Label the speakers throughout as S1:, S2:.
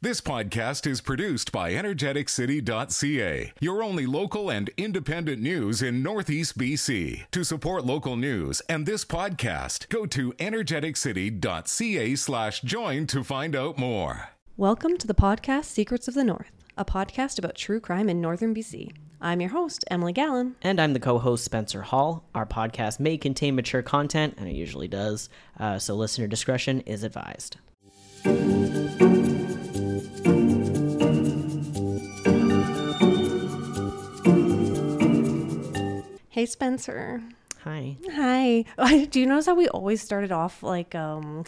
S1: This podcast is produced by energeticcity.ca, your only local and independent news in Northeast BC. To support local news and this podcast, go to energeticcity.ca slash join to find out more.
S2: Welcome to the podcast Secrets of the North, a podcast about true crime in northern BC. I'm your host, Emily Gallen.
S3: And I'm the co host, Spencer Hall. Our podcast may contain mature content, and it usually does, uh, so listener discretion is advised.
S2: Hey, Spencer.
S3: Hi.
S2: Hi. Do you notice how we always started off like, um,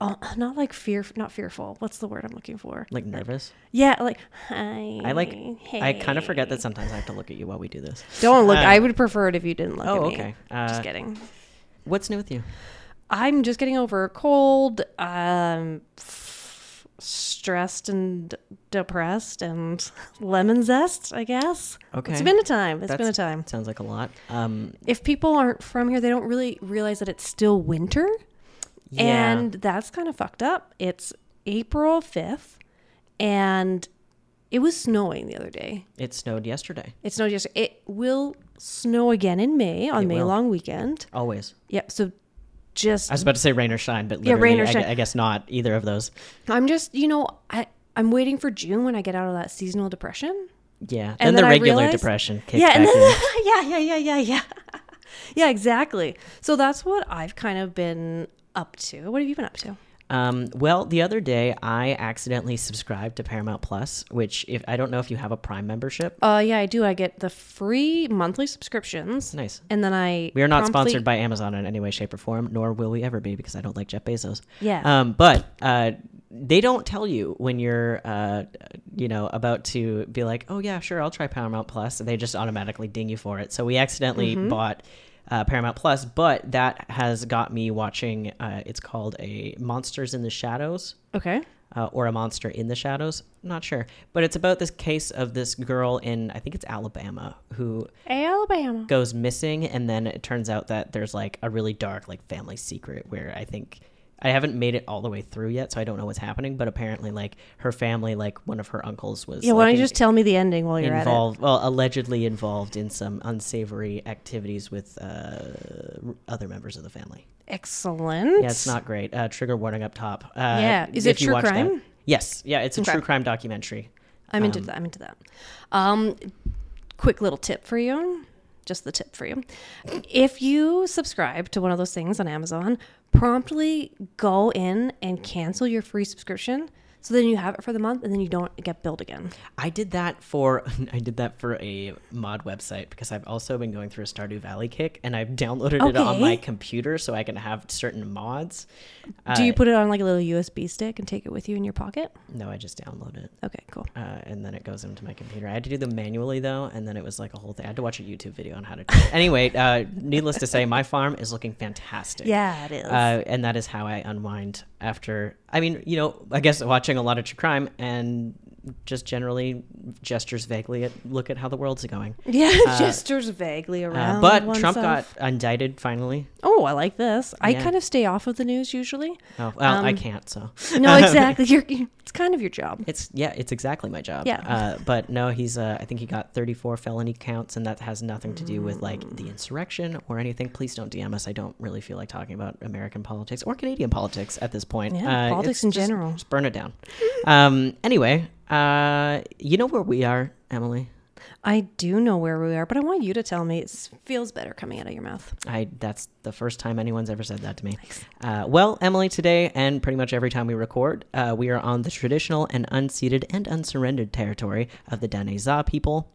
S2: uh, not like fear, not fearful. What's the word I'm looking for?
S3: Like nervous?
S2: Yeah, like hi.
S3: I like,
S2: hey.
S3: I kind of forget that sometimes I have to look at you while we do this.
S2: Don't look. I would prefer it if you didn't look
S3: Oh,
S2: at me.
S3: okay. Uh,
S2: just kidding.
S3: What's new with you?
S2: I'm just getting over a cold. Um, f- stressed and depressed and lemon zest. I guess. It's
S3: Okay.
S2: been a time. It's been a
S3: That's-
S2: time.
S3: Sounds like a lot. Um,
S2: If people aren't from here, they don't really realize that it's still winter.
S3: yeah.
S2: And that's kind of fucked up. It's April 5th, and it was snowing the other day.
S3: it snowed yesterday.
S2: It snowed yesterday. It will snow again in May on
S3: It
S2: May
S3: will.
S2: long weekend.
S3: Always.
S2: Yep. So just,
S3: I was about to say rain or shine, but
S2: Mm-hmm. Yeah,
S3: literally,
S2: rain or
S3: I gu-
S2: shine.
S3: I guess not either of those.
S2: I'm just, you know, I, I'm waiting for June when I get out of that seasonal depression.
S3: Yeah.
S2: And
S3: then, the
S2: then I
S3: regular
S2: realized-
S3: depression kicks
S2: yeah, and
S3: back
S2: then-
S3: in.
S2: yeah, yeah, yeah, yeah, yeah. yeah, exactly. So that's what I've kind of been up to. What have you been up to?
S3: Um, well, the other day I accidentally subscribed to Paramount Plus, which if I don't know if you have a Prime membership.
S2: Uh, yeah, I do. I get the free monthly subscriptions.
S3: Nice.
S2: And then I
S3: We are not
S2: promptly-
S3: sponsored by Amazon in any way, shape, or form, nor will we ever be because I don't like Jeff Bezos.
S2: Yeah.
S3: Um, but uh, they don't tell you when you're, uh, you know, about to be like, oh yeah, sure, I'll try Paramount Plus. They just automatically ding you for it. So we accidentally bought. Uh, Paramount Plus, but that has got me watching. Uh, it's called a Monsters in the Shadows
S2: Okay.
S3: uh, or a monster in the shadows. Not sure, but it's about this case of this girl in I think it's Alabama who
S2: Alabama.
S3: goes missing, and then it turns out that there's like a really dark like family secret where I think I haven't made it all the way through yet, so I don't know what's happening. But apparently, like her family, like one of her uncles was
S2: Yeah, why
S3: like,
S2: don't you just tell me the ending while you're
S3: involved, well, allegedly involved in some unsavory activities with uh, other members of the family.
S2: at it? Excellent.
S3: Yeah, it's not great. Uh, trigger warning up top. Uh,
S2: Yeah. Is
S3: if
S2: it
S3: you
S2: true
S3: watch that-
S2: crime?
S3: Yes. Yeah, it's a
S2: Okay.
S3: true crime documentary.
S2: I'm into that. I'm into that. Um, quick little tip for you. Just the tip for you. If you subscribe to one of those things on Amazon, promptly go in and cancel your free subscription. So then you have it for the month, and then you don't get billed again.
S3: I did that for I did that for a mod website because I've also been going through a Stardew Valley kick and I've downloaded it on
S2: Okay.
S3: my computer so I can have certain mods.
S2: Do you put it on like a little USB stick and take it with you in your pocket?
S3: No, I just download it.
S2: Okay, cool.
S3: Uh, and then it goes into my computer. I had to do them manually though, and then it was like a whole thing. I had to watch a YouTube video on how to. Do it. Anyway, uh, needless to say, my farm is looking fantastic.
S2: Yeah, it is.
S3: uh, and that is how I unwind after. I mean, you know, I guess watching a lot of true crime and just generally gestures vaguely at look at how the world's going.
S2: yeah, gestures vaguely around.
S3: Uh, but
S2: oneself.
S3: Trump got indicted finally.
S2: Oh, I like this. I
S3: Yeah.
S2: kind of stay off of the news usually.
S3: Oh, well, I can't. So
S2: No, exactly. You're, you- it's kind of your job.
S3: it's yeah, it's exactly my job.
S2: Yeah.
S3: Uh, but no, he's. Uh, I think he got 34 felony counts, and that has nothing to do with like
S2: Mm.
S3: the insurrection or anything. Please don't DM us. I don't really feel like talking about American politics or Canadian politics at this point.
S2: Yeah,
S3: Uh,
S2: politics
S3: it's
S2: in
S3: just-
S2: general.
S3: Just burn it down. um. Anyway, uh, you know where we are, Emily.
S2: I do know where we are, but I want you to tell me. It s- feels better coming out of your mouth.
S3: I that's the first time anyone's ever said that to me. Uh, well, Emily, today and pretty much every time we record, uh, we are on the traditional and unceded and unsurrendered territory of the Dene-za people,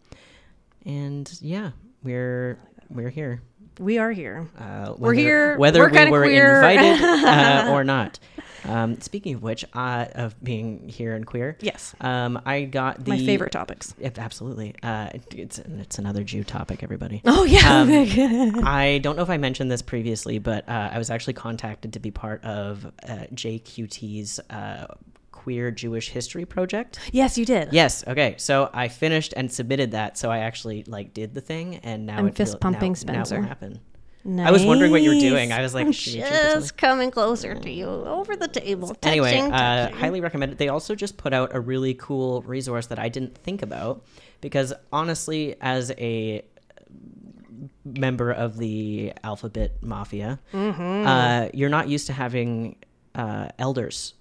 S3: and yeah, we're we're here.
S2: We are here.
S3: Uh,
S2: We're
S3: whether-
S2: here.
S3: whether
S2: We're
S3: we
S2: kinda
S3: were
S2: queer.
S3: invited uh, or not. Um, speaking of which, uh, of being here and queer,
S2: Yes.
S3: um, I got the
S2: My favorite topics.
S3: Yep, absolutely. Uh, it's it's another Jew topic, everybody.
S2: Oh, yeah.
S3: Um, I don't know if I mentioned this previously, but uh, I was actually contacted to be part of uh, JQT's uh, Queer Jewish History Project.
S2: yes, you did.
S3: Yes. Okay. So I finished and submitted that. So I actually like did the thing, and now
S2: I'm
S3: it feel-
S2: fist pumping
S3: now- now it will
S2: Spencer.
S3: happen. I was wondering what you were doing.
S2: Nice.
S3: I was like,
S2: I'm
S3: "Should you do something?"
S2: just coming closer to you over the table.
S3: anyway,
S2: touching,
S3: uh,
S2: touching.
S3: highly recommended. They also just put out a really cool resource that I didn't think about because honestly, as a member of the alphabet mafia,
S2: Mm-hmm.
S3: uh, you're not used to having uh, elders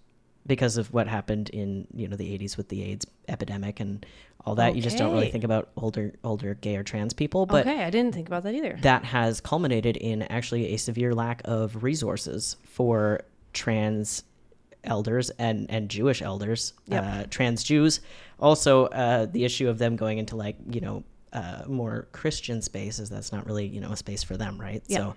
S3: because of what happened in you know the 80s with the AIDS epidemic and all that. You just don't really
S2: Okay.
S3: think about older older gay or trans people, but
S2: okay, I didn't think about that either.
S3: that has culminated in actually a severe lack of resources for trans elders and, and Jewish elders, uh, trans Jews. Also, uh, the issue of them going into like, you know, uh, more Christian spaces, that's not really, you know, a space for them, right?
S2: Yeah.
S3: So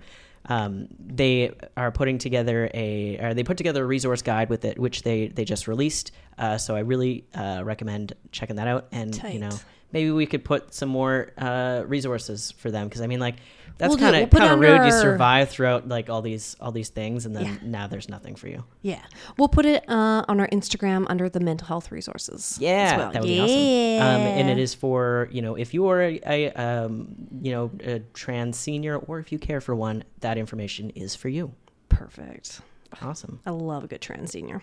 S3: um, they are putting together a, or they put together a resource guide with it, which they, they just released. Uh, so I really uh, recommend checking that out. And, you
S2: Tight.
S3: know, maybe we could put some more uh, resources for them because I mean, like that's
S2: We'll do-
S3: kind
S2: we'll
S3: of
S2: put
S3: kind of
S2: it
S3: rude. You
S2: under our-
S3: survive throughout like all these all these things, and then now there's nothing for you.
S2: yeah, we'll put it uh, on our Instagram under the mental health resources.
S3: Yeah,
S2: as well.
S3: that would
S2: yeah.
S3: be awesome. Um, and it is for you know if you are a, a um, you know a trans senior or if you care for one, that information is for you.
S2: perfect.
S3: Awesome.
S2: I love a good trans senior.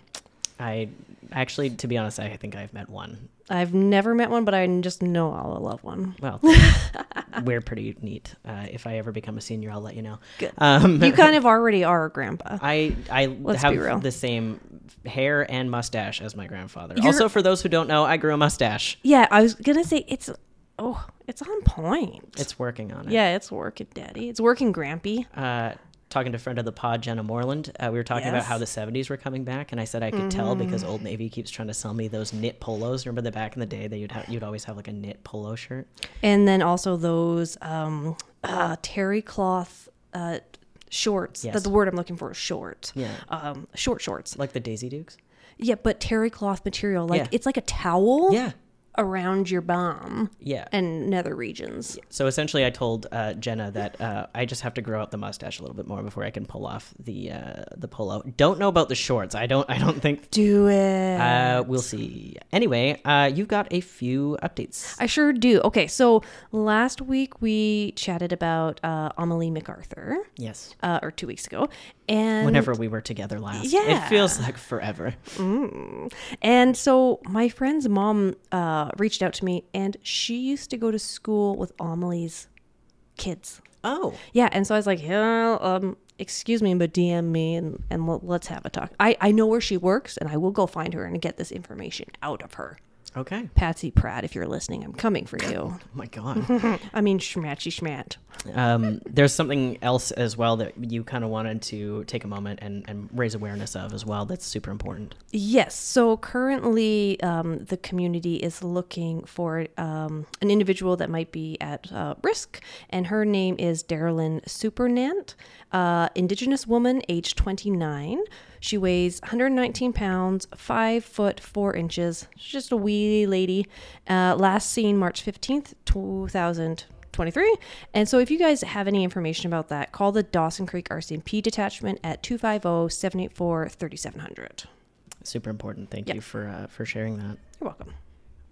S3: I actually, to be honest, I think I've met one.
S2: I've never met one, but I just know I'll love one.
S3: Well, we're pretty neat. Uh, if I ever become a senior, I'll let you know.
S2: Good.
S3: Um,
S2: You kind of already are a grandpa.
S3: I I
S2: Let's be real.
S3: have the same hair and mustache as my grandfather.
S2: You're-
S3: Also, for those who don't know, I grew a mustache.
S2: Yeah, I was gonna say it's oh, it's on point.
S3: It's working on it.
S2: yeah, it's working, Daddy. It's working, Grampy.
S3: Uh, talking to a friend of the pod, Jenna Moreland, uh, we were talking about
S2: Yes. Mm-hmm.
S3: how the '70s were coming back, and I said I could tell because Old Navy keeps trying to sell me those knit polos. Remember the back in the day that you'd have, you'd always have like a knit polo shirt.
S2: And then also those um, uh, terry cloth uh, shorts.
S3: Yes.
S2: That the word I'm looking for is short.
S3: Yeah.
S2: Um, short shorts.
S3: Uh, Like the Daisy Dukes.
S2: Yeah, but terry cloth material, like
S3: Yeah.
S2: it's like a towel
S3: Yeah.
S2: around your bum
S3: Yeah.
S2: Oh. and nether regions.
S3: So essentially, I told uh, Jenna that uh, I just have to grow out the mustache a little bit more before I can pull off the uh, the polo. Don't know about the shorts. I don't. I don't think
S2: Do it.
S3: Uh, we'll see. Anyway, uh, you've got a few updates.
S2: I sure do. Okay, so last week we chatted about uh, Amelie MacArthur,
S3: Yes.
S2: uh, or two weeks ago, and
S3: Whenever we were together last.
S2: Yeah.
S3: It feels like forever.
S2: And so my friend's mom uh, reached out to me, and she used to go to school with Amelie's kids.
S3: Oh.
S2: Yeah, and so I was like, yeah, um, excuse me, but DM me and, and let- let's have a talk. I, I know where she works, and I will go find her and get this information out of her.
S3: Okay.
S2: Patsy Pratt, if you're listening, I'm coming for you.
S3: Oh my God.
S2: I mean, schmatchy schmat.
S3: um, there's something else as well that you kind of wanted to take a moment and, and raise awareness of as well. That's super important.
S2: Yes. So currently, um, the community is looking for um, an individual that might be at uh, risk, and her name is Darylyn Supernant, uh, Indigenous woman, age 29. She weighs 119 pounds, five foot four inches. She's just a wee lady. Uh, last seen March 15th, 2000. 23. And so if you guys have any information about that, call the Dawson Creek RCMP detachment at oh, 250 784 3700.
S3: Super important. Thank you for uh, for sharing that.
S2: You're welcome.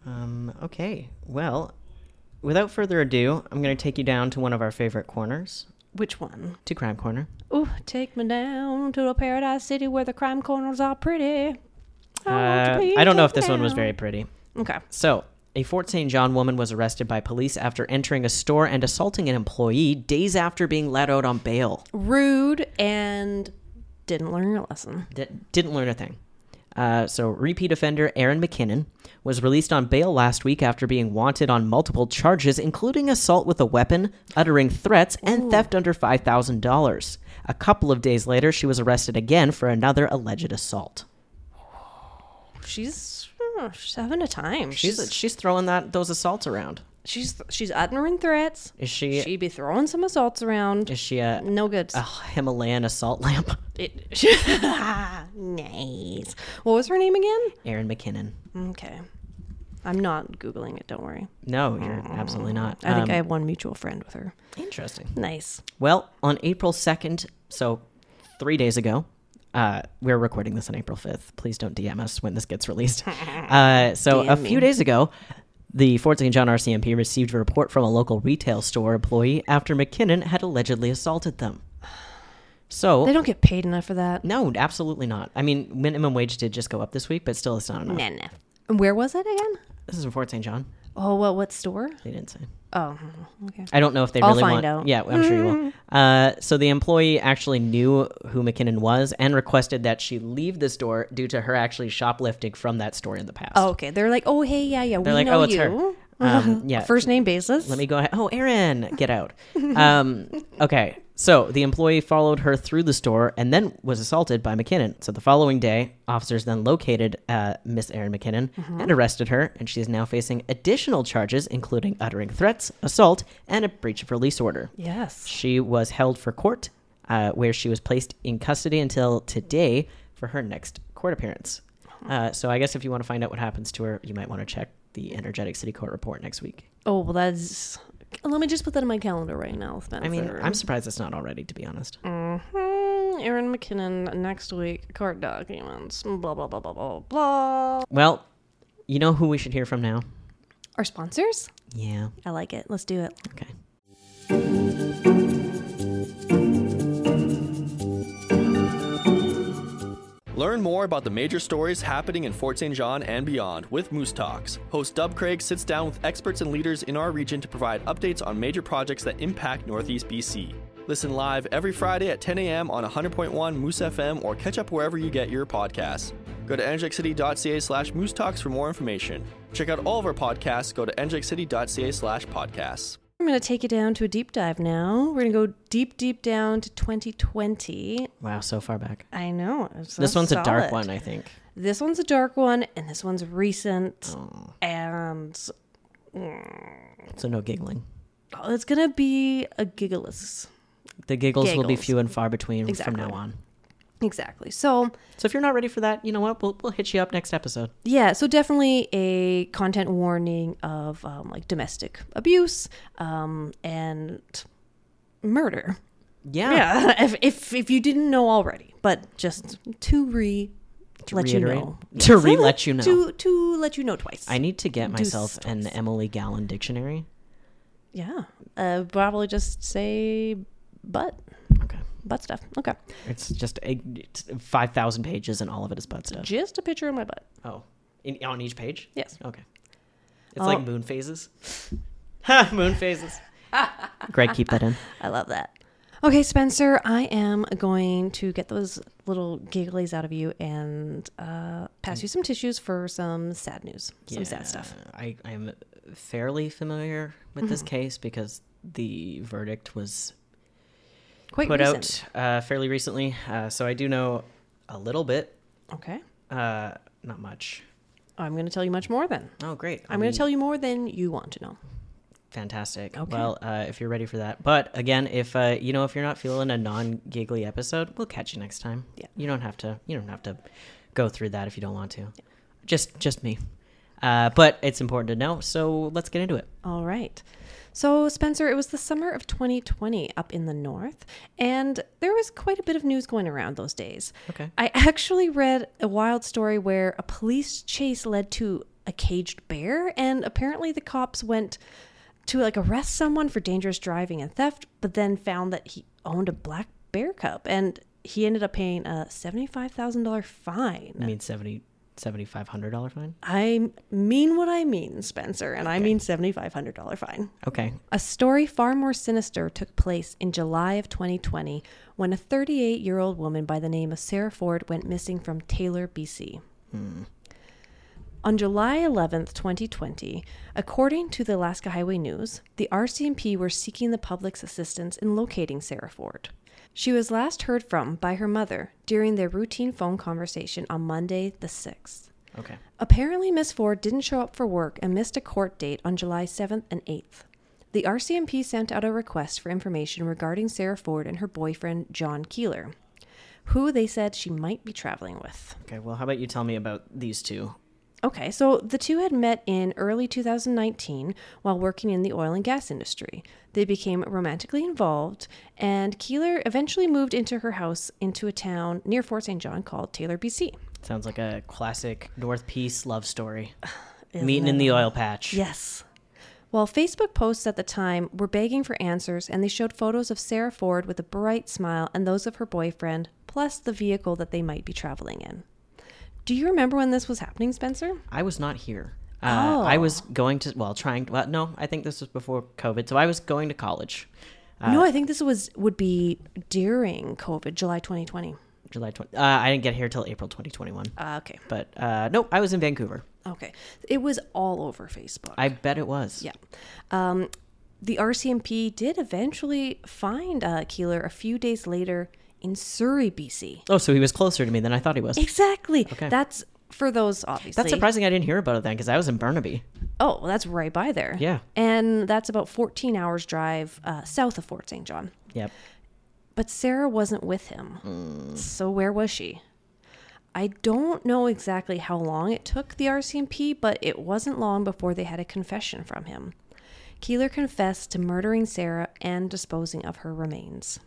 S3: Um, okay. Well, without further ado, I'm going to take you down to one of our favorite corners,
S2: Which one?
S3: to Crime Corner.
S2: Ooh, take me down to a paradise city where the crime corners are pretty. want to
S3: Uh,
S2: be
S3: I don't know if
S2: taken
S3: this one was
S2: down.
S3: very pretty.
S2: Okay.
S3: So, a Fort St. John woman was arrested by police after entering a store and assaulting an employee days after being let out on bail.
S2: Rude and didn't learn your lesson.
S3: D- didn't learn a thing. Uh, so, repeat offender Aaron McKinnon was released on bail last week after being wanted on multiple charges, including assault with a weapon, uttering threats, and theft under $5,000. A couple of days later, she was arrested again for another alleged assault.
S2: She's, hmm, she's having a time.
S3: She's, she's throwing that those assaults around.
S2: she's she's uttering threats.
S3: Is she
S2: She'd be throwing some assaults around.
S3: is she a,
S2: No good.
S3: a Himalayan assault lamp?
S2: It, nice. What was her name again?
S3: Aaron McKinnon.
S2: Okay. I'm not Googling it, don't worry.
S3: No, you're absolutely not.
S2: Mm.
S3: Um,
S2: I think I have one mutual friend with her.
S3: interesting.
S2: Nice.
S3: Well, on April 2nd, so three days ago, uh, we're recording this on April 5th. Please don't DM us when this gets released. Uh, so, a
S2: DM me.
S3: few days ago, The Fort St. John RCMP received a report from a local retail store employee after McKinnon had allegedly assaulted them. So
S2: They don't get paid enough for that.
S3: no, absolutely not. I mean, minimum wage did just go up this week, but still, it's not enough.
S2: Nah, nah. And Where was it again?
S3: This is in Fort St. John.
S2: Oh, well, what store?
S3: They didn't say.
S2: Oh, okay.
S3: I don't know if they
S2: I'll
S3: really
S2: find
S3: want.
S2: out.
S3: Yeah, I'm sure you will. Uh, so the employee actually knew who McKinnon was and requested that she leave the store due to her actually shoplifting from that store in the past.
S2: Oh, okay. They're like, oh, hey, yeah, yeah, we
S3: they're like,
S2: know
S3: oh, it's
S2: you.
S3: her. Um, yeah,
S2: First name basis.
S3: Let me go ahead. Oh, Aaron, get out. um, okay. So the employee followed her through the store and then was assaulted by McKinnon. So the following day, officers then located uh, Miss Erin McKinnon
S2: Mm-hmm.
S3: and arrested her, and she is now facing additional charges, including uttering threats, assault, and a breach of release order.
S2: Yes.
S3: She was held for court, uh, where she was placed in custody until today for her next court appearance. Uh, so I guess if you want to find out what happens to her, you might want to check the Energetic City Court report next week.
S2: Oh, well, that's. Let me just put that in my calendar right now. Spencer.
S3: I mean, I'm surprised it's not already, to be honest.
S2: Mm. Hmm, Aaron McKinnon next week. Court documents. Blah blah blah blah blah blah.
S3: Well, you know who we should hear from now?
S2: Our sponsors.
S3: Yeah.
S2: I like it. Let's do it.
S3: Okay.
S4: Learn more about the major stories happening in Fort St. John and beyond with Moose Talks. Host Dub Craig sits down with experts and leaders in our region to provide updates on major projects that impact Northeast BC. Listen live every Friday at 10 a.m. on 100.1 Moose FM or catch up wherever you get your podcasts. Go to energetsityca slash moose talks for more information. Check out all of our podcasts. Go to energetsityca slash podcasts.
S2: I'm going to take you down to a deep dive now. We're going to go deep, deep down to 2020.
S3: Wow, so far back.
S2: I know. it's
S3: This
S2: so
S3: one's a dark
S2: solid.
S3: one, I think.
S2: This one's a dark one, and this one's recent. And
S3: So no giggling.
S2: oh, it's going to be a giggleless.
S3: The giggles, will be
S2: Giggles.
S3: few and far between
S2: Exactly.
S3: from now on.
S2: Exactly. So,
S3: So if you're not ready for that, you know what? We'll, we'll hit you up next episode.
S2: yeah, so definitely a content warning of um, like domestic abuse um, and murder.
S3: Yeah.
S2: Yeah, if, if, if you didn't know already, but just to re let
S3: reiterate.
S2: you know.
S3: To re-let you know.
S2: To, to let you know twice.
S3: I need to get myself an Emily Gallen dictionary.
S2: Yeah. Uh, probably just say butt,
S3: Okay.
S2: butt stuff. Okay.
S3: It's just a, it's 5,000 pages and all of it is butt stuff.
S2: Just a picture of my butt.
S3: Oh. In, on each page?
S2: Yes. Oh.
S3: Okay. It's like moon phases. Ha, moon phases. Greg, keep that in.
S2: I love that. Okay, Spencer, I am going to get those little gigglies out of you and uh, pass you some tissues for some sad news, some sad stuff. Mm-hmm.
S3: I, I'm fairly familiar with this case because the verdict was
S2: Quite
S3: put
S2: recent.
S3: out uh, fairly recently. Uh, so I do know a little bit,
S2: Okay.
S3: uh, not much.
S2: I'm going to tell you much more then.
S3: Oh, great.
S2: I'm going to tell you more than you want to know.
S3: Fantastic.
S2: Okay.
S3: Well, uh, if you're ready for that. But again, if uh, you know if you're not feeling a non-giggly episode, we'll catch you next time.
S2: Yeah.
S3: You don't have to. You don't have to go through that if you don't want to. Just just me. Uh, but it's important to know. So let's get into it.
S2: All right. So, Spencer, it was the summer of 2020 up in the north, and there was quite a bit of news going around those days.
S3: Okay.
S2: I actually read a wild story where a police chase led to a caged bear, and apparently the cops went to like arrest someone for dangerous driving and theft, but then found that he owned a black bear cub and he ended up paying a $75,000 fine.
S3: I mean, seventy seventy five hundred dollar fine.
S2: I mean what I mean, Spencer, and I mean $7,500 fine.
S3: Okay.
S2: A story far more sinister took place in July of 2020 when a 38 year old woman by the name of Sarah Ford went missing from Taylor, BC. On July 11th, 2020, according to the Alaska Highway News, the RCMP were seeking the public's assistance in locating Sarah Ford. She was last heard from by her mother during their routine phone conversation on Monday, the 6th.
S3: Okay.
S2: Apparently, Miss Ford didn't show up for work and missed a court date on July 7th and 8th. The RCMP sent out a request for information regarding Sarah Ford and her boyfriend, John Keeler, who they said she might be traveling with.
S3: Okay. Well, how about you tell me about these two?
S2: Okay, so the two had met in early 2019 while working in the oil and gas industry. They became romantically involved, and Keeler eventually moved into her house into a town near Fort St. John called Taylor, BC.
S3: Sounds like a classic North Peace love story.
S2: Isn't
S3: Meeting in
S2: it?
S3: the oil patch.
S2: Yes. While Facebook posts at the time were begging for answers, and they showed photos of Sarah Ford with a bright smile and those of her boyfriend, plus the vehicle that they might be traveling in. Do you remember when this was happening, Spencer?
S3: I was not here. Uh, I
S2: Oh.
S3: was going to, well, trying to, well, no, I think this was before COVID. So I was going to college,
S2: no, I think this was would be during COVID, July 2020.
S3: July 20. Uh, I didn't get here till April 2021.
S2: Uh, okay,
S3: but uh, no, I was in Vancouver.
S2: okay, it was all over Facebook.
S3: I bet it was.
S2: Yeah. Um, the RCMP did eventually find uh, Keeler a few days later in Surrey, BC.
S3: Oh, so he was closer to me than I thought he was.
S2: Exactly. That's for those, obviously.
S3: That's surprising I didn't hear about it then because I was in Burnaby.
S2: Oh, well, that's right by there.
S3: Yeah.
S2: And that's about 14 hours drive uh, south of Fort St. John.
S3: Yep.
S2: But Sarah wasn't with him. So where was she? I don't know exactly how long it took the RCMP, but it wasn't long before they had a confession from him. Keeler confessed to murdering Sarah and disposing of her remains.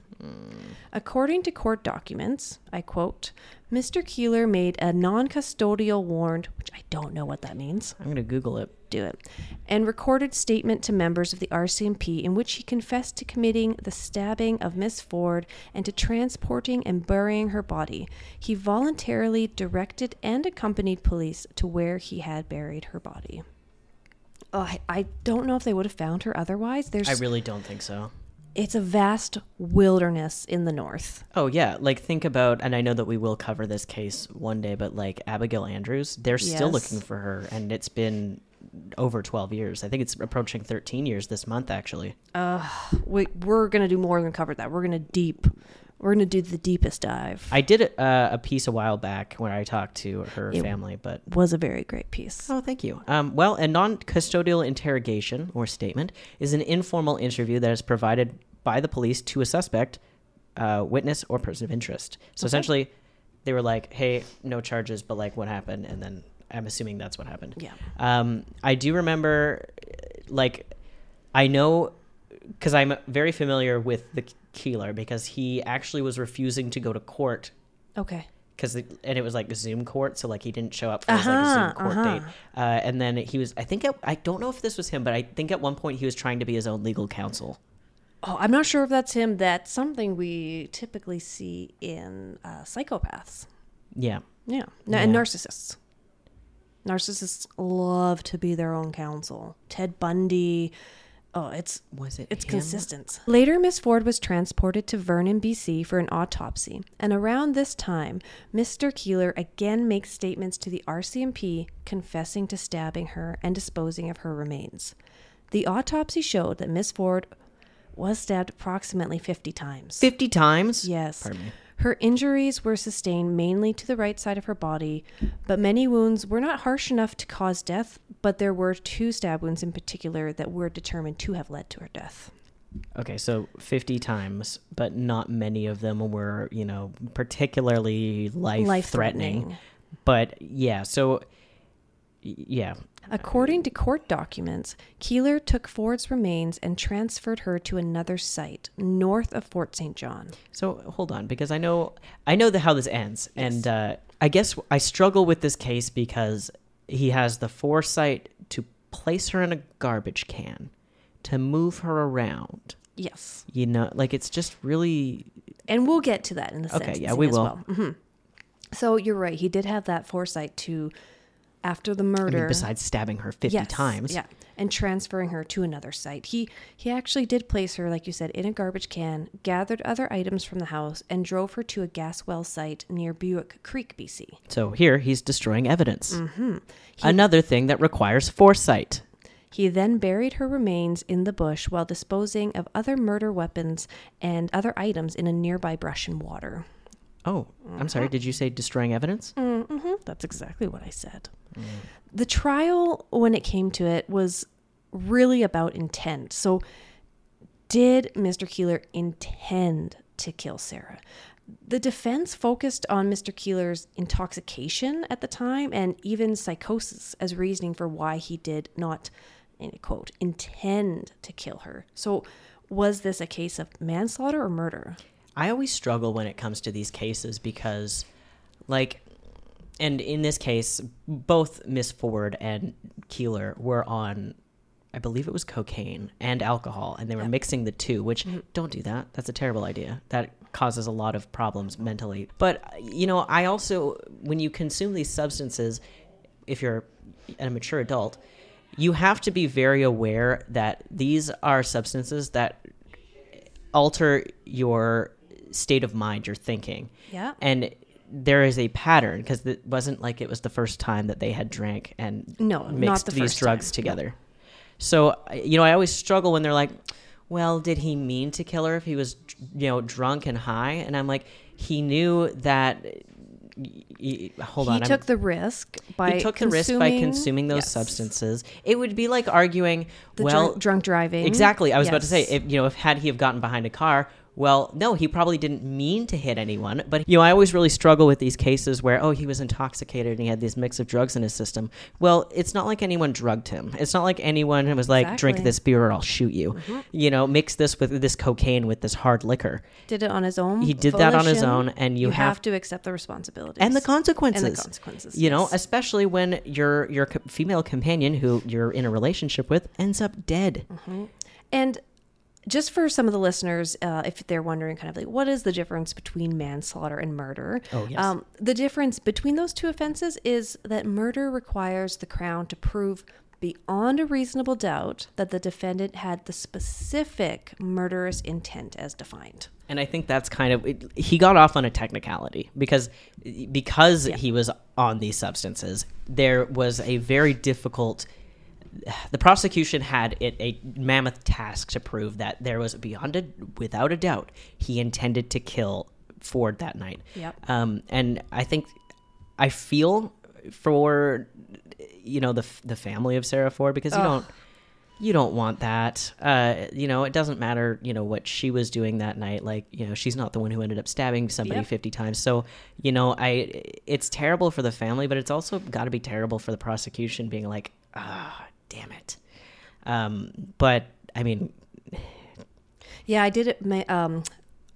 S2: According to court documents, I quote, Mr. Keeler made a non custodial warrant, which I don't know what that means
S3: I'm going to Google it.
S2: do it, and recorded statement to members of the RCMP in which he confessed to committing the stabbing of Miss Ford and to transporting and burying her body. He voluntarily directed and accompanied police to where he had buried her body. Oh, I, I don't know if they would have found her otherwise. There's
S3: I really don't think so.
S2: it's a vast wilderness in the north.
S3: Oh yeah, like think about, and I know that we will cover this case one day, but like Abigail Andrews, they're still
S2: Yes.
S3: looking for her, and it's been over 12 years. I think it's approaching 13 years this month, actually.
S2: We, we're gonna do more than cover that. We're gonna deep. We're gonna do the deepest dive.
S3: I did uh, a piece a while back where I talked to her family, but
S2: was a very great piece.
S3: Oh, thank you. Um, well, a non custodial interrogation or statement is an informal interview that is provided by the police to a suspect, uh, witness, or person of interest. So essentially, they were like, hey, no charges, but like what happened? And then I'm assuming that's what happened.
S2: Yeah.
S3: Um, I do remember, like, I know because I'm very familiar with the Keeler because he actually was refusing to go to court
S2: Okay.
S3: because and it was like Zoom court, so like he didn't show up for his like Zoom
S2: Uh-huh,
S3: court
S2: uh-huh.
S3: date. Uh, and then he was, I think, at, I don't know if this was him, but I think at one point he was trying to be his own legal counsel.
S2: Oh, I'm not sure if that's him. That's something we typically see in uh, psychopaths.
S3: Yeah,
S2: Yeah. No, And narcissists. Narcissists love to be their own counsel. Ted Bundy. Oh, it's
S3: was it?
S2: it's
S3: him?
S2: consistent. Later, Miss Ford was transported to Vernon, BC for an autopsy, and around this time, Mr. Keeler again makes statements to the RCMP confessing to stabbing her and disposing of her remains. The autopsy showed that Miss Ford was stabbed approximately 50 times.
S3: Fifty times.
S2: Yes.
S3: Pardon me.
S2: Her injuries were sustained mainly to the right side of her body, but many wounds were not harsh enough to cause death, but there were two stab wounds in particular that were determined to have led to her death.
S3: Okay, so fifty times, but not many of them were, you know, particularly life threatening.
S2: Life-threatening.
S3: But yeah, so y- yeah,
S2: According to court documents, Keeler took Ford's remains and transferred her to another site north of Fort St. John.
S3: So hold on, because I know I know the how this ends, and uh, I guess I struggle with this case because he has the foresight to place her in a garbage can, to move her around.
S2: Yes.
S3: You know, like it's just really
S2: And we'll get to that in the
S3: Okay,
S2: sentencing
S3: yeah, we
S2: as
S3: will.
S2: well. hmm So you're right. He did have that foresight to, after the
S3: I mean,
S2: murder,
S3: besides stabbing her fifty
S2: yes,
S3: times.
S2: Yeah, and transferring her to another site. He he actually did place her, like you said, in a garbage can, gathered other items from the house, and drove her to a gas well site near Buick Creek, BC.
S3: So here he's destroying evidence. Mm-hmm. Another thing that requires foresight.
S2: He then buried her remains in the bush while disposing of other murder weapons and other items in a nearby brush and water.
S3: Oh, I'm sorry.
S2: Mm-hmm.
S3: Did you say destroying evidence?
S2: That's exactly what I said.
S3: Mm.
S2: The trial, when it came to it, was really about intent. So, did Mr. Keeler intend to kill Sarah? The defense focused on Mr. Keeler's intoxication at the time and even psychosis as reasoning for why he did not, in a quote, intend to kill her. So, was this a case of manslaughter or murder?
S3: I always struggle when it comes to these cases because, like, and in this case, both Miss Ford and Keeler were on, I believe it was cocaine and alcohol, and they were mixing the two, which don't do that. That's a terrible idea. That causes a lot of problems mentally. But, you know, I also, when you consume these substances, if you're a mature adult, you have to be very aware that these are substances that alter your state of mind, your thinking.
S2: Yeah.
S3: And there is a pattern because it wasn't like it was the first time that they had drank and
S2: No, not
S3: mixed
S2: the
S3: these
S2: first
S3: drugs
S2: time.
S3: together. So I- you know, I always struggle when they're like, "Well, did he mean to kill her if he was, you know, drunk and high?" And I'm like, he knew that. y- y- Hold
S2: he
S3: on, I'm-
S2: took the risk by
S3: he took the risk by consuming those
S2: Yes.
S3: substances. It would be like arguing,
S2: The
S3: well,
S2: drunk, drunk driving.
S3: Exactly. I was about to say,
S2: Yes.
S3: if you know, if had he have gotten behind a car, well, no, he probably didn't mean to hit anyone. But you know, I always really struggle with these cases where, oh, he was intoxicated and he had this mix of drugs in his system. Well, it's not like anyone drugged him. It's not like anyone was like, drink
S2: Exactly.
S3: this beer or I'll shoot you. You know, mix this with this cocaine with this hard liquor.
S2: did it on his own.
S3: He did that on his
S2: volition.
S3: own, and you have-
S2: to accept the responsibility
S3: and the consequences
S2: And the consequences.
S3: you know
S2: yes.
S3: especially when your your co- female companion who you're in a relationship with ends up dead
S2: And just for some of the listeners, uh, if they're wondering, kind of like, what is the difference between manslaughter and murder? Oh,
S3: yes.
S2: Um, the difference between those two offenses is that murder requires the Crown to prove beyond a reasonable doubt that the defendant had the specific murderous intent as defined.
S3: and i think that's kind of it, he got off on a technicality because because he was on these substances there was a very difficult the prosecution had it a mammoth task to prove that there was beyond a without a doubt he intended to kill Ford that night.
S2: Yep.
S3: Um, and I think I feel for you know the f- the family of Sarah Ford because you don't you don't want that. Uh, you know, it doesn't matter, you know, what she was doing that night. Like, you know, she's not the one who ended up stabbing somebody
S2: Yep.
S3: 50 times. So, you know, I it's terrible for the family, but it's also got to be terrible for the prosecution being like, ah, damn it. Um, but I mean,
S2: Yeah, I did it. My, um,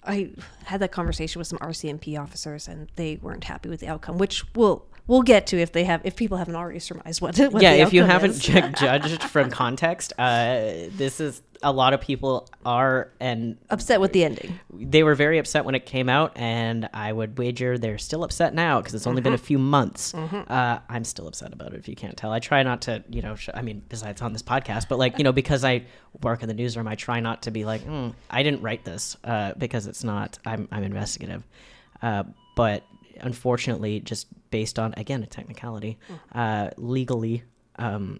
S2: I had that conversation with some RCMP officers, and they weren't happy with the outcome, which we'll we'll get to if they have if people haven't already surmised what. what
S3: yeah,
S2: the
S3: if you
S2: outcome
S3: haven't
S2: is.
S3: ju- judged from context, uh, this is a lot of people are and
S2: upset with the ending.
S3: they were very upset when it came out, and I would wager they're still upset now because it's only been a few months. Uh, I'm still upset about it, if you can't tell. I try not to, you know, sh- I mean, besides on this podcast, but like, you know, because I work in the newsroom, I try not to be like, mm, I didn't write this uh, because it's not, I'm, I'm investigative. Uh, but unfortunately, just based on, again, a technicality, uh, legally, um,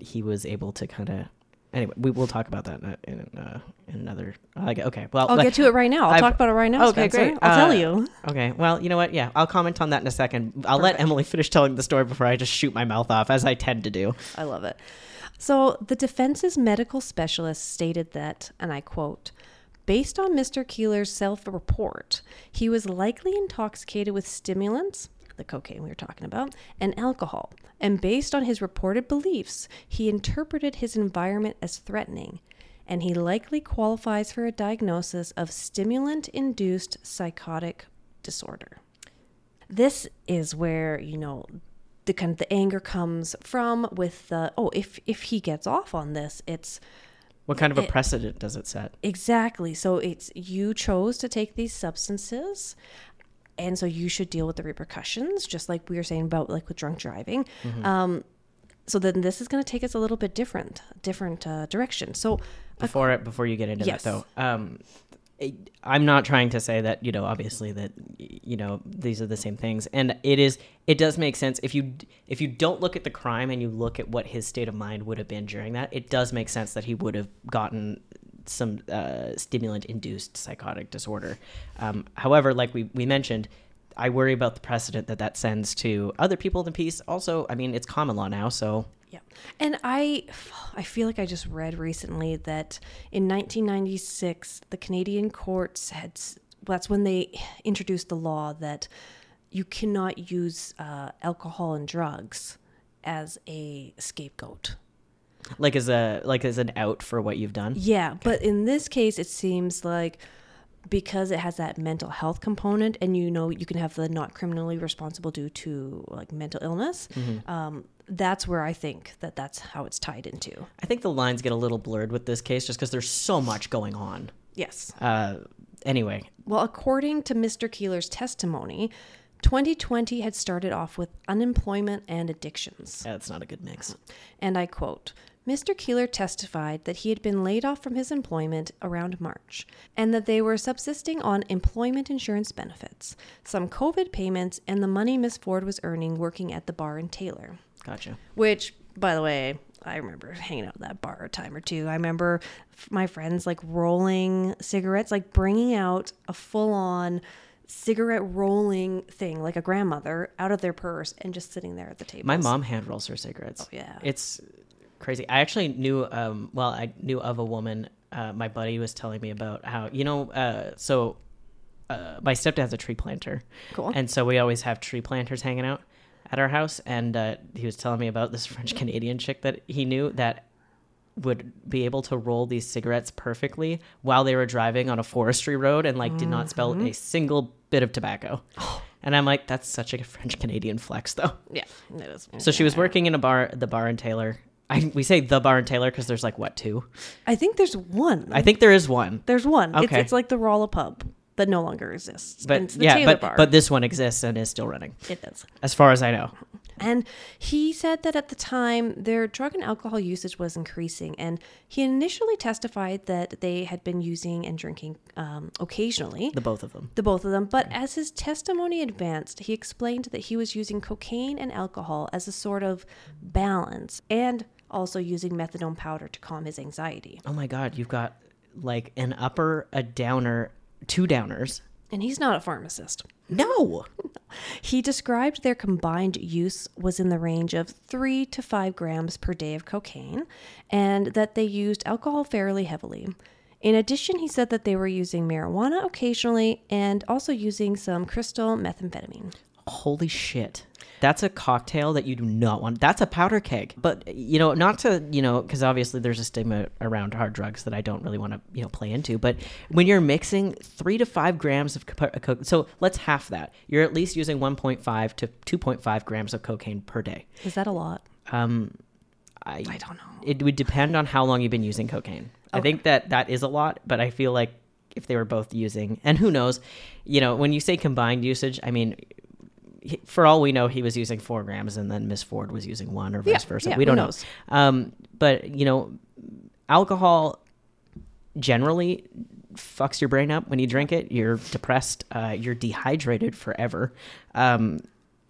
S3: he was able to kind of. Anyway, we will talk about that in, a- in, uh, in another. Like, okay, well,
S2: I'll
S3: Oh, like-
S2: get to it right now. I'll
S3: I've-
S2: talk about it right now.
S3: Okay,
S2: Spencer.
S3: great.
S2: I'll
S3: Uh,
S2: tell you.
S3: Okay, well, you know what? Yeah, I'll comment on that in a second. I'll let Emily finish telling the story before I just shoot my mouth off, as I tend to do.
S2: I love it. So the defense's medical specialist stated that, and I quote, based on Mr. Keeler's self report, he was likely intoxicated with stimulants, the cocaine we were talking about, and alcohol. And based on his reported beliefs, he interpreted his environment as threatening. And he likely qualifies for a diagnosis of stimulant induced psychotic disorder this is where you know the kind of the anger comes from with the oh if if he gets off on this it's
S3: What kind of a precedent does it set?
S2: exactly so it's you chose to take these substances and so you should deal with the repercussions just like we were saying about like with drunk driving um so then this is going to take us a little bit different different uh, direction so
S3: Before before you get into
S2: Yes.
S3: that, though, um, I- I'm not trying to say that you know obviously that y- you know these are the same things, and it is it does make sense if you if you don't look at the crime and you look at what his state of mind would have been during that, it does make sense that he would have gotten some uh, stimulant induced psychotic disorder. Um, however, like we we mentioned. I worry about the precedent that that sends to other people in the piece. Also, I mean, it's common law now, so
S2: Yeah. And I I feel like I just read recently that in 1996 the Canadian courts had s- well, that's when they introduced the law that you cannot use uh, alcohol and drugs as a scapegoat.
S3: like as a like as an out for what you've done.
S2: Yeah, but in this case it seems like because it has that mental health component and you know you can have the not criminally responsible due to like mental illness um, that's where i think that that's how it's tied into
S3: I think the lines get a little blurred with this case just because there's so much going on.
S2: yes
S3: Uh, anyway,
S2: Well, according to Mr. Keeler's testimony, 2020 had started off with unemployment and addictions.
S3: that's not a good mix.
S2: And I quote Mr. Keeler testified that he had been laid off from his employment around March and that they were subsisting on employment insurance benefits, some COVID payments, and the money Miss Ford was earning working at the bar in Taylor.
S3: Gotcha.
S2: Which, by the way, I remember hanging out at that bar a time or two. I remember f- my friends like rolling cigarettes, like bringing out a full on cigarette rolling thing, like a grandmother, out of their purse and just sitting there at the table.
S3: My mom hand rolls her cigarettes. Oh
S2: yeah.
S3: it's crazy. I actually knew. Um, well, I knew of a woman. Uh, my buddy was telling me about how you know. Uh, so, uh, my stepdad's a tree planter.
S2: Cool.
S3: And so we always have tree planters hanging out at our house, and uh, he was telling me about this French Canadian chick that he knew that would be able to roll these cigarettes perfectly while they were driving on a forestry road and like did not spell
S2: Mm-hmm.
S3: a single bit of tobacco.
S2: Oh.
S3: And I'm like, that's such a French Canadian flex, though.
S2: Yeah, it was.
S3: So she was working in a bar, the bar in Taylor. I, we say the bar in Taylor because there's like what two?
S2: I think there's one.
S3: I think there is one,
S2: there's one. It's,
S3: Okay.
S2: it's like the Rolla pub that no longer exists.
S3: but
S2: and it's the
S3: yeah,
S2: Taylor
S3: but
S2: bar.
S3: but this one exists and is still running,
S2: it is.
S3: as far as I know.
S2: And he said that at the time, their drug and alcohol usage was increasing. And he initially testified that they had been using and drinking um, occasionally,
S3: The both of them.
S2: the both of them. But as his testimony advanced, he explained that he was using cocaine and alcohol as a sort of balance and also using methadone powder to calm his anxiety.
S3: Oh my God, you've got like an upper, a downer, two downers.
S2: And he's not a pharmacist.
S3: No,
S2: He described their combined use was in the range of three to five grams per day of cocaine, and that they used alcohol fairly heavily. In addition, he said that they were using marijuana occasionally and also using some crystal methamphetamine.
S3: holy shit. That's a cocktail that you do not want. That's a powder keg. But you know, not to you know, because obviously there's a stigma around hard drugs that I don't really want to you know play into. But when you're mixing three to five grams of co- co- so let's half that. You're at least using 1.5 to 2.5 grams of cocaine per day.
S2: Is that a lot?
S3: I,
S2: I don't know.
S3: it would depend on how long you've been using cocaine. I think that that is a lot, but I feel like if they were both using, and who knows, you know, when you say combined usage, I mean, he- for all we know, he was using four grams and then Miss Ford was using one or vice
S2: Yeah,
S3: versa.
S2: yeah,
S3: we
S2: who
S3: don't know.
S2: knows?
S3: Um, but, you know, alcohol generally fucks your brain up when you drink it. You're depressed. Uh, you're dehydrated forever. Um,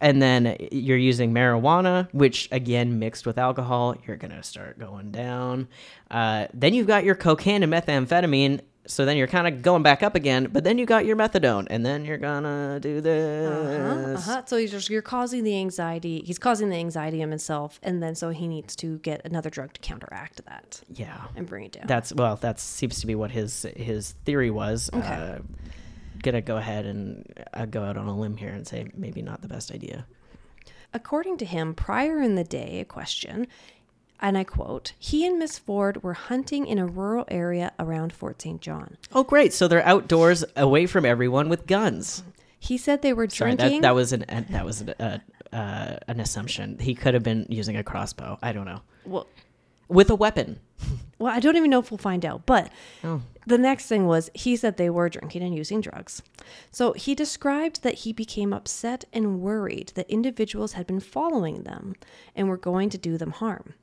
S3: and then you're using marijuana, which again mixed with alcohol, you're gonna start going down. Uh, then you've got your cocaine and methamphetamine. So then you're kind of going back up again, but then you got your methadone, and then you're gonna do this.
S2: Uh-huh. So he's just, you're causing the anxiety. He's causing the anxiety in himself, and then so he needs to get another drug to counteract that
S3: Yeah,
S2: and bring it down.
S3: that's well, that seems to be what his his theory was. Uh, gonna go ahead and uh, go out on a limb here and say maybe not the best idea.
S2: According to him, prior in the day, a question, and I quote, he and Miss Ford were hunting in a rural area around Fort St. John.
S3: Oh, great! So they're outdoors, away from everyone, with guns.
S2: He said they were
S3: Sorry,
S2: drinking.
S3: that, that was an an- that was an, uh, uh, an assumption. He could have been using a crossbow. I don't know
S2: well,
S3: with a weapon.
S2: well, I don't even know if we'll find out. But the next thing was he said they were drinking and using drugs. So he described that he became upset and worried that individuals had been following them and were going to do them harm.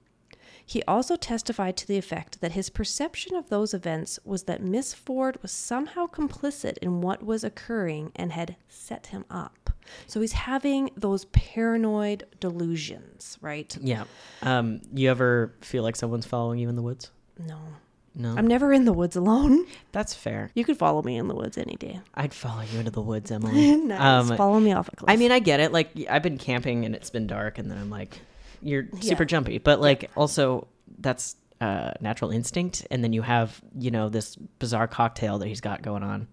S2: He also testified to the effect that his perception of those events was that Miss Ford was somehow complicit in what was occurring and had set him up. So he's having those paranoid delusions, right?
S3: Yeah. Um, you ever feel like someone's following you in the woods?
S2: No.
S3: No.
S2: I'm never in the woods alone.
S3: That's fair.
S2: You could follow me in the woods any day.
S3: I'd follow you into the woods, Emily.
S2: nice.
S3: Um,
S2: follow me off a cliff.
S3: I mean, I get it. Like I've been camping and it's been dark, and then I'm like, you're super jumpy. But like also that's uh, natural instinct, and then you have you know this bizarre cocktail that he's got going on.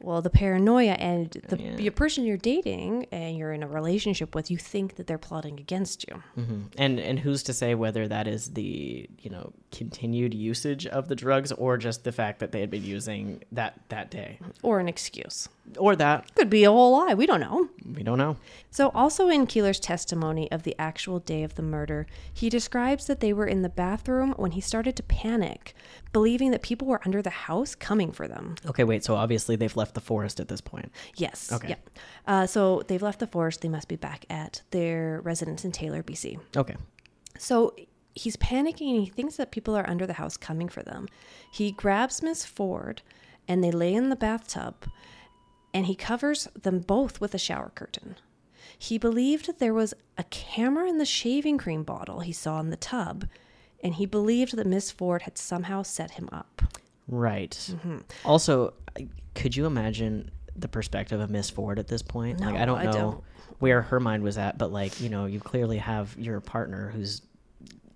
S2: well, the paranoia and the
S3: Yeah.
S2: your person you're dating and you're in a relationship with, you think that they're plotting against you.
S3: Mm. And and who's to say whether that is the you know continued usage of the drugs or just the fact that they had been using that that day
S2: Or an excuse.
S3: or that
S2: Could be a whole lie. We don't know.
S3: we don't know.
S2: So, also in Keeler's testimony of the actual day of the murder, he describes that they were in the bathroom when he started to panic, believing that people were under the house coming for them.
S3: Okay, wait. So obviously they've left the forest at this point.
S2: Yes.
S3: Okay.
S2: Yeah. Uh, so, they've left the forest. They must be back at their residence in Taylor, BC.
S3: Okay.
S2: So he's panicking and he thinks that people are under the house coming for them. He grabs Miss Ford and they lay in the bathtub and he covers them both with a shower curtain. He believed that there was a camera in the shaving cream bottle he saw in the tub and he believed that Miss Ford had somehow set him up.
S3: Right.
S2: Mm-hmm.
S3: Also, I- could you imagine the perspective of Miss Ford at this point? like, I
S2: No,
S3: don't
S2: I
S3: know
S2: don't.
S3: where her mind was at, but like, you know, you clearly have your partner who's.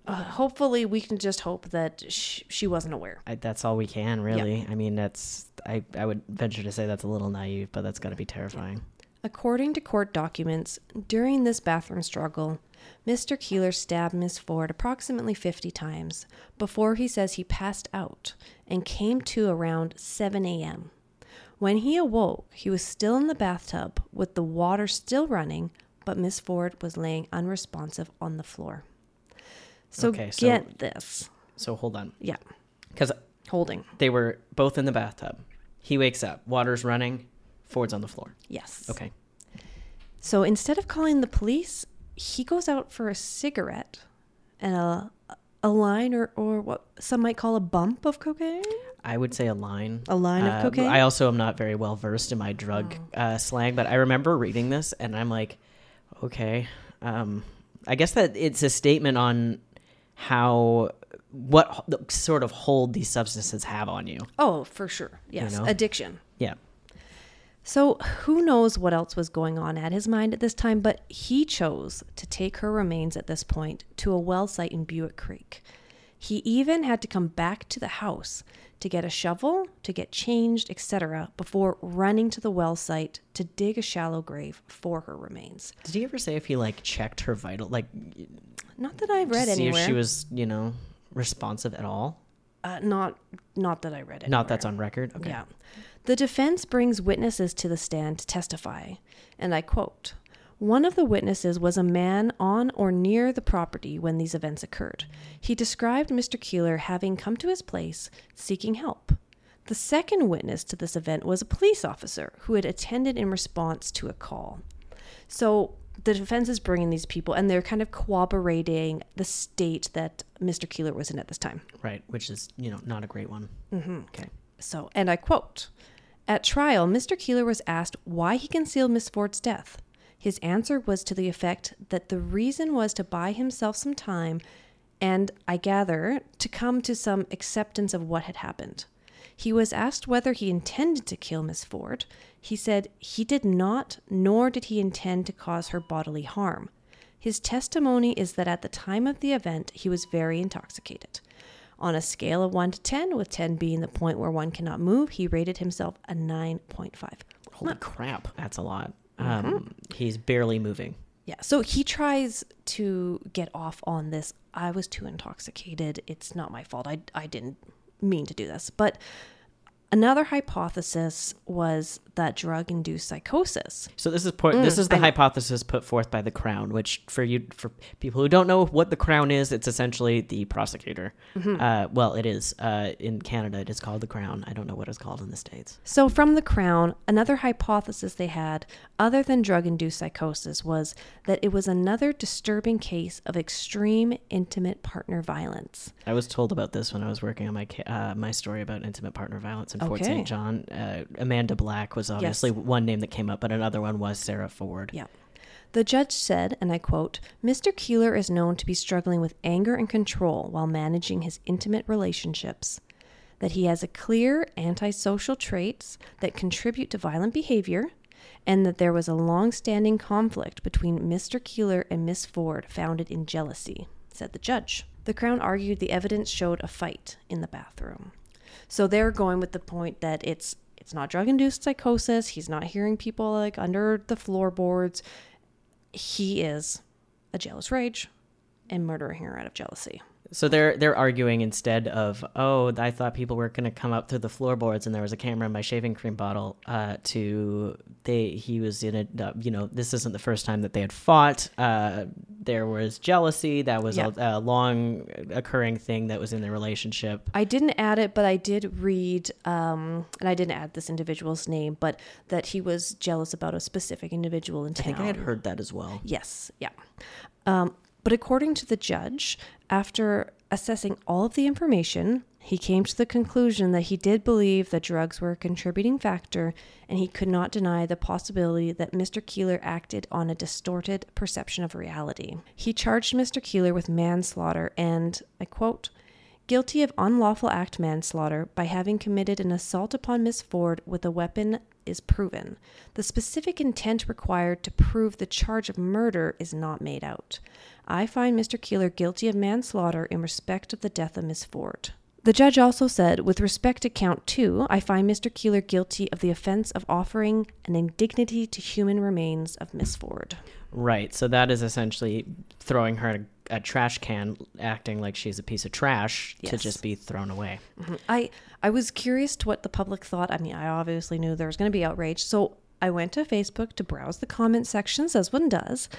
S2: Uh, hopefully, we can just hope that sh- she wasn't aware.
S3: I, that's all we can really. I mean, that's. I I would venture to say that's a little naive, but that's got to be terrifying.
S2: According to court documents, during this bathroom struggle, Mr. Keeler stabbed Miss Ford approximately 50 times before he says he passed out and came to around 7 a.m. When he awoke, he was still in the bathtub with the water still running, but Miss Ford was laying unresponsive on the floor. So
S3: Okay, so-
S2: get this.
S3: So hold on,
S2: Yeah,
S3: because
S2: holding.
S3: they were both in the bathtub. He wakes up, water's running, Ford's on the floor.
S2: Yes.
S3: Okay.
S2: So instead of calling the police, he goes out for a cigarette and a, a line or, or what some might call a bump of cocaine.
S3: I would say a line.
S2: A line of
S3: Uh,
S2: cocaine? Oh.
S3: I also am not very well versed in my drug uh, slang, but I remember reading this and I'm like, okay. Um, I guess that it's a statement on how, what h- the sort of hold these substances have on you.
S2: Oh, for sure. Yes.
S3: know?
S2: Addiction.
S3: Yeah.
S2: So who knows what else was going on at his mind at this time, but he chose to take her remains at this point to a well site in Buick Creek. He even had to come back to the house to get a shovel, to get changed, etc., before running to the well site to dig a shallow grave for her remains.
S3: Did he ever say if he like checked her vital, like
S2: Not that I
S3: to
S2: read
S3: see if
S2: anywhere.
S3: she was, you know, responsive at all?
S2: uh, not not that I read it.
S3: Not that's on record. Okay.
S2: Yeah. The defense brings witnesses to the stand to testify, and I quote One of the witnesses was a man on or near the property when these events occurred. He described Mr. Keeler having come to his place seeking help. The second witness to this event was a police officer who had attended in response to a call. So the defense is bringing these people, and they're kind of corroborating the state that Mr. Keeler was in at this time.
S3: Right. Which is, you know, not a great one. Mm-hmm. Okay.
S2: So, and I quote At trial, Mr. Keeler was asked why he concealed Miss Ford's death. His answer was to the effect that the reason was to buy himself some time and, I gather, to come to some acceptance of what had happened. He was asked whether he intended to kill Miss Ford. He said he did not, nor did he intend to cause her bodily harm. His testimony is that at the time of the event, he was very intoxicated. On a scale of 1 to 10, with 10 being the point where one cannot move, he rated himself a 9.5.
S3: Holy crap. That's a lot.
S2: Mm-hmm.
S3: Um, he's barely moving.
S2: Yeah, so he tries to get off on this. I was too intoxicated. It's not my fault. I, I didn't mean to do this. But another hypothesis was that drug induced psychosis.
S3: So this is por- this is the hypothesis put forth by the Crown, which for you for people who don't know what the Crown is, it's essentially the prosecutor. Uh, well, it is uh, in Canada. It is called the Crown. I don't know what it's called in the states.
S2: So, from the Crown, another hypothesis they had, other than drug induced psychosis, was that it was another disturbing case of extreme intimate partner violence.
S3: I was told about this when I was working on my ca- uh, my story about intimate partner violence in Fort
S2: Okay.
S3: St. John. Uh, Amanda Black was obviously one name that came up, but another one was Sarah Ford.
S2: Yeah. The judge said, and I quote, Mr. Keeler is known to be struggling with anger and control while managing his intimate relationships, that he has a clear antisocial traits that contribute to violent behavior, and that there was a long-standing conflict between Mr. Keeler and Miss Ford founded in jealousy, said the judge. The Crown argued the evidence showed a fight in the bathroom. So they're going with the point that it's it's not drug induced psychosis. He's not hearing people like under the floorboards. He is a jealous rage and murdering her out of jealousy.
S3: So they're they're arguing instead of oh I thought people were gonna come up through the floorboards and there was a camera in my shaving cream bottle. Uh, to they he was in a uh, you know this isn't the first time that they had fought. Uh, there was jealousy that was
S2: Yeah.
S3: a, a long occurring thing that was in their relationship.
S2: I didn't add it, but I did read, um, and I didn't add this individual's name, but that he was jealous about a specific individual in town.
S3: I think I had heard that as well.
S2: Yes, yeah. Um, but according to the judge, after assessing all of the information, he came to the conclusion that he did believe that drugs were a contributing factor, and he could not deny the possibility that Mr. Keeler acted on a distorted perception of reality. He charged Mr. Keeler with manslaughter and, I quote, guilty of unlawful act manslaughter by having committed an assault upon Miss Ford with a weapon is proven. The specific intent required to prove the charge of murder is not made out. I find Mr. Keeler guilty of manslaughter in respect of the death of Miss Ford. The judge also said, with respect to count two, I find Mr. Keeler guilty of the offense of offering an indignity to human remains of Miss Ford.
S3: Right. So that is essentially throwing her in a, a trash can, acting like she's a piece of trash to
S2: Yes.
S3: just be thrown away.
S2: I I was curious to what the public thought. I mean, I obviously knew there was going to be outrage, so I went to Facebook to browse the comment sections as one does.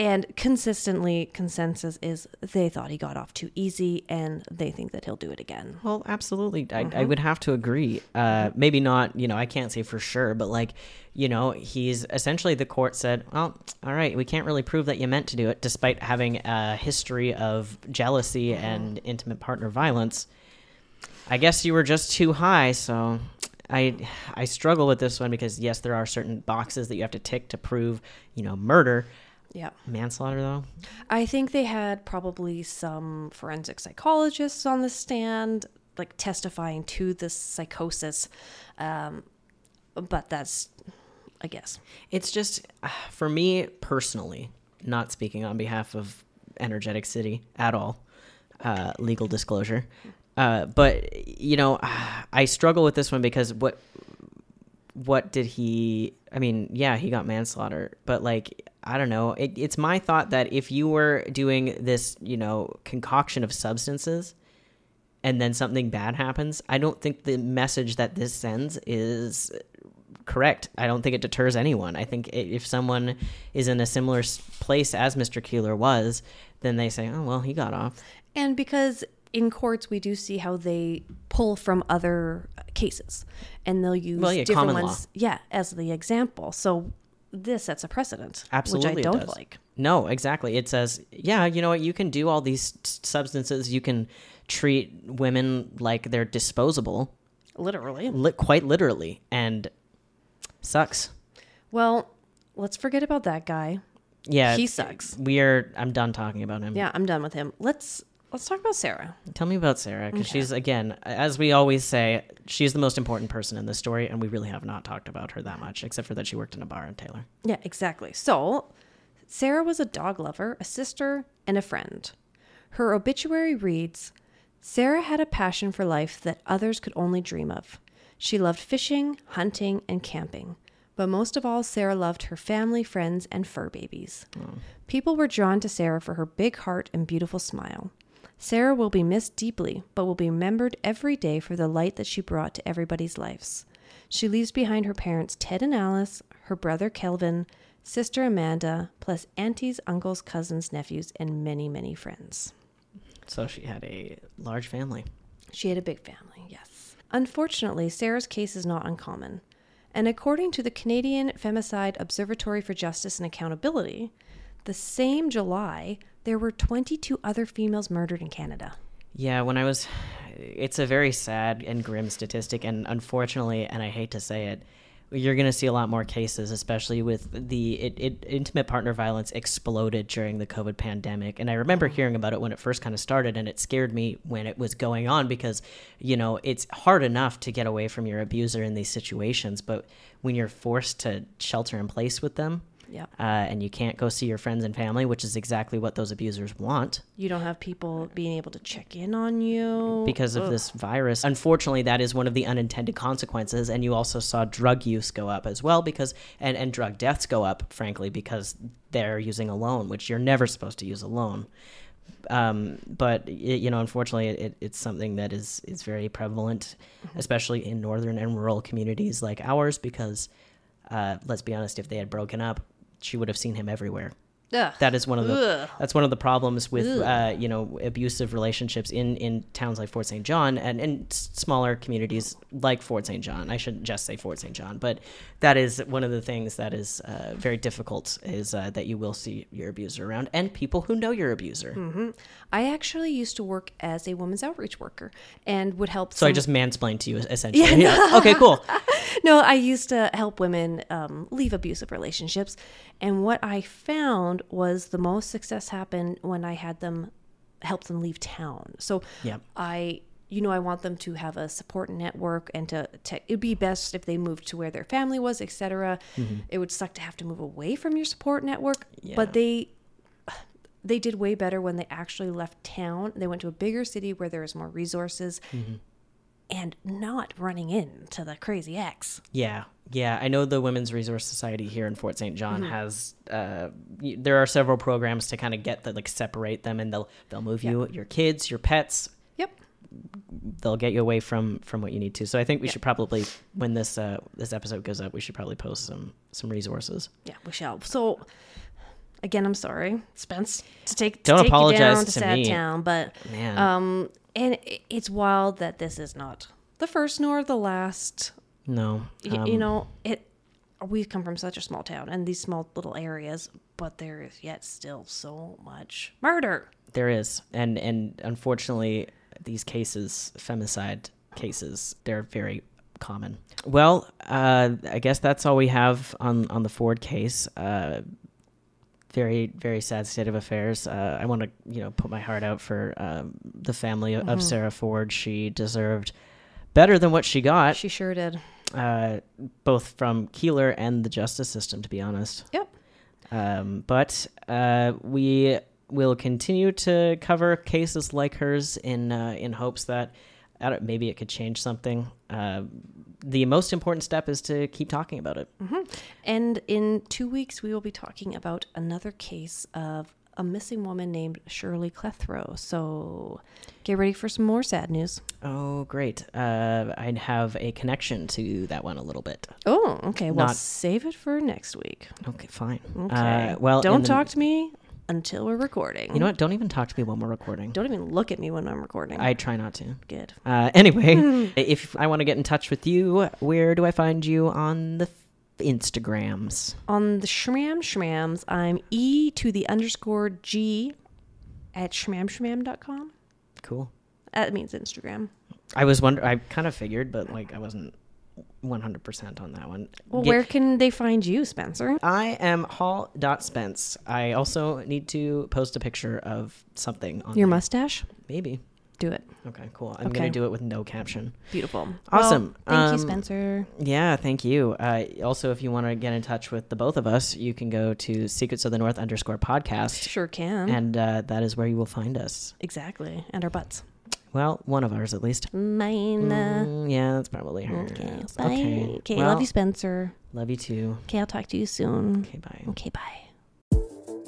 S2: And consistently, consensus is they thought he got off too easy, and they think that he'll do it again.
S3: Well, absolutely. I, I would have to agree. Uh, maybe not, you know, I can't say for sure, but like, you know, he's essentially the court said, well, all right, we can't really prove that you meant to do it, despite having a history of jealousy and intimate partner violence. I guess you were just too high, so I I struggle with this one because yes, there are certain boxes that you have to tick to prove, you know, murder.
S2: Yeah,
S3: Manslaughter though?
S2: I think they had probably some forensic psychologists on the stand, like testifying to this psychosis. Um, but that's, I guess,
S3: It's just uh, for me personally, not speaking on behalf of Energetic City at all, uh, legal disclosure. Uh, but you know, I struggle with this one because what what did he? I mean, yeah, he got manslaughter, but like I don't know. It, it's my thought that if you were doing this, you know, concoction of substances. And then something bad happens. I don't think the message that this sends is correct. I don't think it deters anyone. I think i- if someone is in a similar s- place as Mr. Keeler was, then they say, "Oh well, he got off."
S2: And because in courts we do see how they pull from other uh, cases, and they'll use
S3: Well, yeah,
S2: different
S3: common law.
S2: ones, yeah, as the example. So this sets a precedent,
S3: Absolutely,
S2: which I
S3: it
S2: don't
S3: does.
S2: like.
S3: No, exactly. It says, "Yeah, you know what? You can do all these s- substances. You can treat women like they're disposable,
S2: Literally.
S3: li- quite literally." And sucks.
S2: Well, let's forget about that guy.
S3: Yeah,
S2: He sucks.
S3: We are. I'm done talking about him.
S2: Yeah, I'm done with him. Let's let's talk about Sarah.
S3: Tell me about Sarah because she's again, as we always say, she's the most important person in this story, and we really have not talked about her that much, except for that she worked in a bar in Taylor.
S2: Yeah, exactly. So, Sarah was a dog lover, a sister, and a friend. Her obituary reads Sarah had a passion for life that others could only dream of. She loved fishing, hunting, and camping. But most of all, Sarah loved her family, friends, and fur babies. People were drawn to Sarah for her big heart and beautiful smile. Sarah will be missed deeply, but will be remembered every day for the light that she brought to everybody's lives. She leaves behind her parents Ted and Alice, her brother Kelvin, sister Amanda, plus aunties, uncles, cousins, nephews, and many, many friends.
S3: So she had a large family.
S2: She had a big family, yes. Unfortunately, Sarah's case is not uncommon. And according to the Canadian Femicide Observatory for Justice and Accountability, the same July, there were 22 other females murdered in Canada.
S3: Yeah, when I was, it's a very sad and grim statistic, and unfortunately, and I hate to say it, you're going to see a lot more cases, especially with the it, it, intimate partner violence exploded during the COVID pandemic. And I remember hearing about it when it first kind of started, and it scared me when it was going on because, you know, it's hard enough to get away from your abuser in these situations, but when you're forced to shelter in place with them,
S2: Yep.
S3: uh, and you can't go see your friends and family, which is exactly what those abusers want
S2: You don't have people being able to check in on you
S3: because of this virus. Unfortunately, that is one of the unintended consequences. And you also saw drug use go up as well because, and, and drug deaths go up, frankly, because they're using alone, which you're never supposed to use alone. Um, but y you know, unfortunately, it, it's something that is is very prevalent, especially in northern and rural communities like ours. Because, uh, let's be honest, if they had broken up, she would have seen him everywhere
S2: Ugh.
S3: that is one of the
S2: Ugh.
S3: that's one of the problems with uh, you know abusive relationships in in towns like Fort St. John and in smaller communities like Fort St. John. I shouldn't just say Fort St. John, but that is one of the things that is uh, very difficult is uh, that you will see your abuser around and people who know your abuser.
S2: I actually used to work as a women's outreach worker and would help.
S3: So I
S2: some-
S3: just mansplained to you essentially. Yeah. okay, cool.
S2: no, I used to help women um, leave abusive relationships, and what I found was the most success happened when I had them help them leave town. So
S3: Yep.
S2: I. You know, I want them to have a support network, and to, to it'd be best if they moved to where their family was, etc. It would suck to have to move away from your support network, but they they did way better when they actually left town. They went to a bigger city where there was more resources and not running into the crazy ex.
S3: Yeah, yeah. I know the Women's Resource Society here in Fort St. John has. Uh, y- there are several programs to kind of get that, like separate them, and they'll they'll move you, your kids, your pets.
S2: Yep.
S3: They'll get you away from from what you need to. So I think we should probably, when this uh, this episode goes up, we should probably post some some resources.
S2: Yeah, we shall. So again, I'm sorry, Spence, to take to
S3: Don't
S2: take you
S3: apologize
S2: down to,
S3: to
S2: sad
S3: me.
S2: town, but
S3: Man.
S2: um, and i- it's wild that this is not the first nor the last.
S3: No,
S2: Y-
S3: um,
S2: you know, it. We come from such a small town and these small little areas, but there is yet still so much murder.
S3: there is, and and unfortunately, these cases, femicide cases, they're very common. Well, uh, I guess that's all we have on on the Ford case. Uh, very very sad state of affairs. Uh, I want to you know put my heart out for um, the family
S2: Mm-hmm.
S3: of Sarah Ford. She deserved better than what she got,
S2: She sure did.
S3: uh, both from Keeler and the justice system, to be honest.
S2: Yep.
S3: Um, but uh, we will continue to cover cases like hers in uh, in hopes that I don't, maybe it could change something. Uh, the most important step is to keep talking about it.
S2: And in two weeks, we will be talking about another case of a missing woman named Shirley Clethroe. So get ready for some more sad news.
S3: Oh, great! Uh, I'd have a connection to that one a little bit.
S2: Oh, okay. Well,
S3: Not-
S2: save it for next week.
S3: Okay, fine.
S2: Okay.
S3: Uh, well, in
S2: don't
S3: the-
S2: talk to me until we're recording.
S3: You know what? Don't even talk to me when we're recording.
S2: Don't even look at me when I'm recording.
S3: I try not to.
S2: Good.
S3: Uh, anyway, if I want to get in touch with you, where do I find you on the f- Instagrams?
S2: On the Shram Shrams, I'm E to the underscore G at shramshram.com.
S3: Cool.
S2: That means Instagram.
S3: I was wonder. I kind of figured, but like I wasn't one hundred percent on that one.
S2: Well,
S3: Get-
S2: where can they find you, Spencer?
S3: I am Hall dot Spence. I also need to post a picture of something on
S2: Your
S3: there.
S2: mustache?
S3: maybe.
S2: Do it.
S3: Okay, cool. I'm
S2: Okay.
S3: gonna do it with no caption.
S2: Beautiful.
S3: Awesome.
S2: Well, thank
S3: Um,
S2: you, Spencer.
S3: Yeah, thank you. Uh, also, if you want to get in touch with the both of us, you can go to Secrets of the North underscore podcast,
S2: Sure can.
S3: and uh, that is where you will find us.
S2: exactly. And our butts.
S3: Well, one of ours at least.
S2: Mine. uh,
S3: Mm, yeah, that's probably her.
S2: Okay. Bye.
S3: Okay.
S2: Okay.
S3: Well,
S2: love you, Spencer.
S3: Love you too.
S2: Okay. I'll talk to you soon.
S3: Okay. Bye.
S2: Okay. Bye.